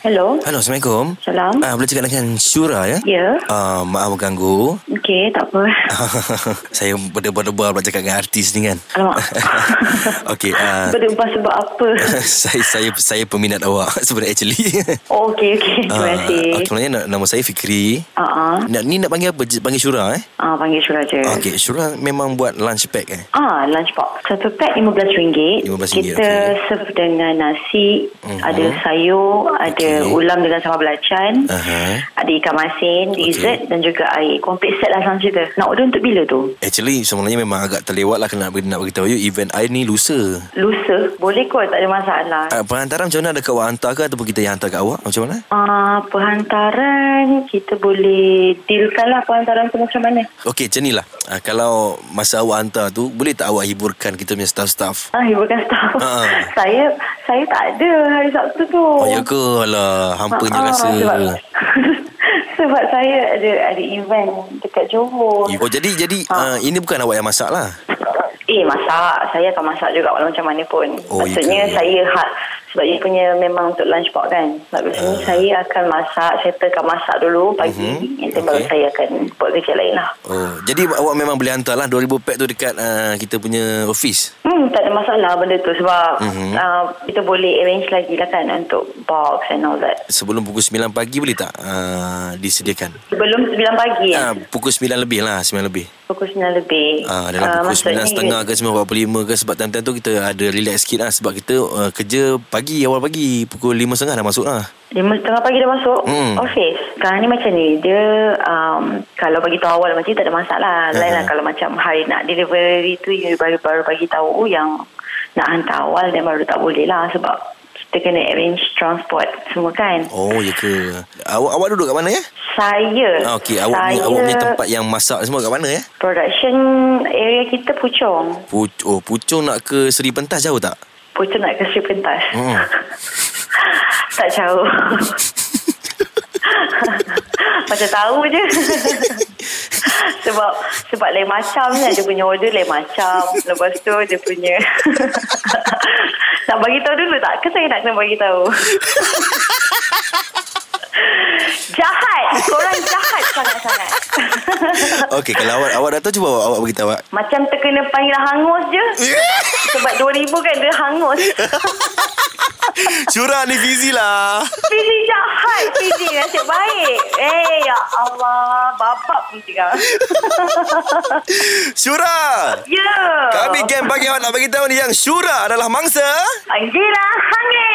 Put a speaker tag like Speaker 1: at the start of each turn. Speaker 1: Hello.
Speaker 2: Hello, Assalamualaikum.
Speaker 1: Salam.
Speaker 2: Ah, boleh cakap dengan Syura ya?
Speaker 1: Ya.
Speaker 2: Ah, maaf mengganggu.
Speaker 1: Okey, tak apa.
Speaker 2: Saya berdebar-debar nak cakap dengan artis ni kan.
Speaker 1: Alamak.
Speaker 2: Okey, ah,
Speaker 1: Berdebar sebab apa?
Speaker 2: saya saya saya peminat awak sebenarnya actually.
Speaker 1: Oh, okey, okey. Terima
Speaker 2: Ah,
Speaker 1: kasih.
Speaker 2: okey, maknanya na- nama saya Fikri.
Speaker 1: Ah, ah.
Speaker 2: Nak ni nak panggil apa? J- Panggil Syura eh?
Speaker 1: Ah, panggil Syura je.
Speaker 2: Okey, Syura memang buat lunch pack eh.
Speaker 1: Ah, lunchbox. Satu pack RM15.
Speaker 2: RM15,
Speaker 1: Kita
Speaker 2: okey.
Speaker 1: serve dengan nasi,
Speaker 2: Mhm.
Speaker 1: ada sayur, ada
Speaker 2: Okey.
Speaker 1: ulam dengan sambal belacan,
Speaker 2: Aha.
Speaker 1: ada ikan masin, dessert dan juga air. Komplit set lah sama cerita. Nak order untuk bila tu?
Speaker 2: Actually sebenarnya memang agak terlewat lah kena nak nak beritahu you event I ni lusa.
Speaker 1: Lusa? Boleh kot, tak ada masalah.
Speaker 2: Uh, pengantaran macam mana adakah awak hantar ke ataupun kita yang hantar kat awak macam mana?
Speaker 1: Ah, perhantaran kita boleh dealkan lah perhantaran tu macam mana.
Speaker 2: Okey macam ni lah uh, Kalau masa awak hantar tu Boleh tak awak hiburkan kita punya staff-staff?
Speaker 1: Ah, ibu kan tahu.
Speaker 2: Ah.
Speaker 1: saya saya tak ada hari Sabtu tu.
Speaker 2: Oh, ya ke? Alah
Speaker 1: Ah,
Speaker 2: Hampanya
Speaker 1: ah,
Speaker 2: rasa
Speaker 1: Sebab, sebab saya ada ada event dekat Johor.
Speaker 2: Oh jadi jadi
Speaker 1: Ah.
Speaker 2: uh, ini bukan awak yang masak lah
Speaker 1: Eh, masak. Saya akan masak juga walau macam mana pun.
Speaker 2: Oh, ya
Speaker 1: Maksudnya
Speaker 2: ke?
Speaker 1: saya hak sebab dia punya memang untuk lunch box kan. Sebab biasanya saya akan masak, settlekan masak dulu pagi.
Speaker 2: Ah. Mhm.
Speaker 1: Nanti baru
Speaker 2: Okey.
Speaker 1: saya akan buat kerja lain lah.
Speaker 2: Oh, jadi awak memang boleh hantar lah 2000 pack tu dekat uh, kita punya office.
Speaker 1: Hmm, tak ada masalah benda tu sebab
Speaker 2: Mhm.
Speaker 1: mm-hmm. uh, kita boleh arrange lagi lah kan untuk box and all that.
Speaker 2: Sebelum pukul 9 pagi boleh tak uh, disediakan?
Speaker 1: Sebelum 9 pagi
Speaker 2: Ah,
Speaker 1: uh,
Speaker 2: pukul 9 lebih lah 9 lebih
Speaker 1: pukul 9 lebih.
Speaker 2: ah, Dalam pukul
Speaker 1: maksudnya-
Speaker 2: 9.30 ke 9.45 ke Sebab time-time tu kita ada relax sikit lah Sebab kita uh, kerja pagi awal pagi Pukul 5.30 dah masuk lah
Speaker 1: Lima setengah pagi dah masuk
Speaker 2: Hmm.
Speaker 1: Office Sekarang ni macam ni Dia um, Kalau bagi tahu awal macam ni Tak ada masalah Lain lah
Speaker 2: Uh-huh.
Speaker 1: kalau macam Hari nak delivery tu You baru-baru bagi tahu Yang Nak hantar awal Dan baru tak boleh lah Sebab Kita kena arrange transport Semua kan
Speaker 2: Oh ya ke Awak awak duduk kat mana ya?
Speaker 1: Saya
Speaker 2: Ah, Okey awak, punya,
Speaker 1: saya-
Speaker 2: awak punya tempat yang masak semua kat mana ya?
Speaker 1: Production area kita Puchong
Speaker 2: Puc- oh, Pucung nak ke Seri Pentas jauh tak?
Speaker 1: Puchong nak ke Sri Pentas
Speaker 2: Hmm.
Speaker 1: Tak jauh Macam tahu je Sebab Sebab lain macam ni lah. Dia punya order lain macam Lepas tu dia punya Nak bagi tahu dulu tak Ke saya nak kena bagi tahu Jahat Korang jahat sangat-sangat
Speaker 2: Okey kalau awak awak datang cuba awak, awak beritahu awak
Speaker 1: Macam terkena panggilan hangus je
Speaker 2: Eh,
Speaker 1: Sebab 2000 kan dia hangus
Speaker 2: Syurah ni busy lah
Speaker 1: Fizi jahat Fizi nasib baik Eh ya Allah Bapak pun sekarang
Speaker 2: Syurah
Speaker 1: Ya
Speaker 2: Kami game pagi awak nak beritahu ni Yang Syurah adalah mangsa
Speaker 1: Angela Hangit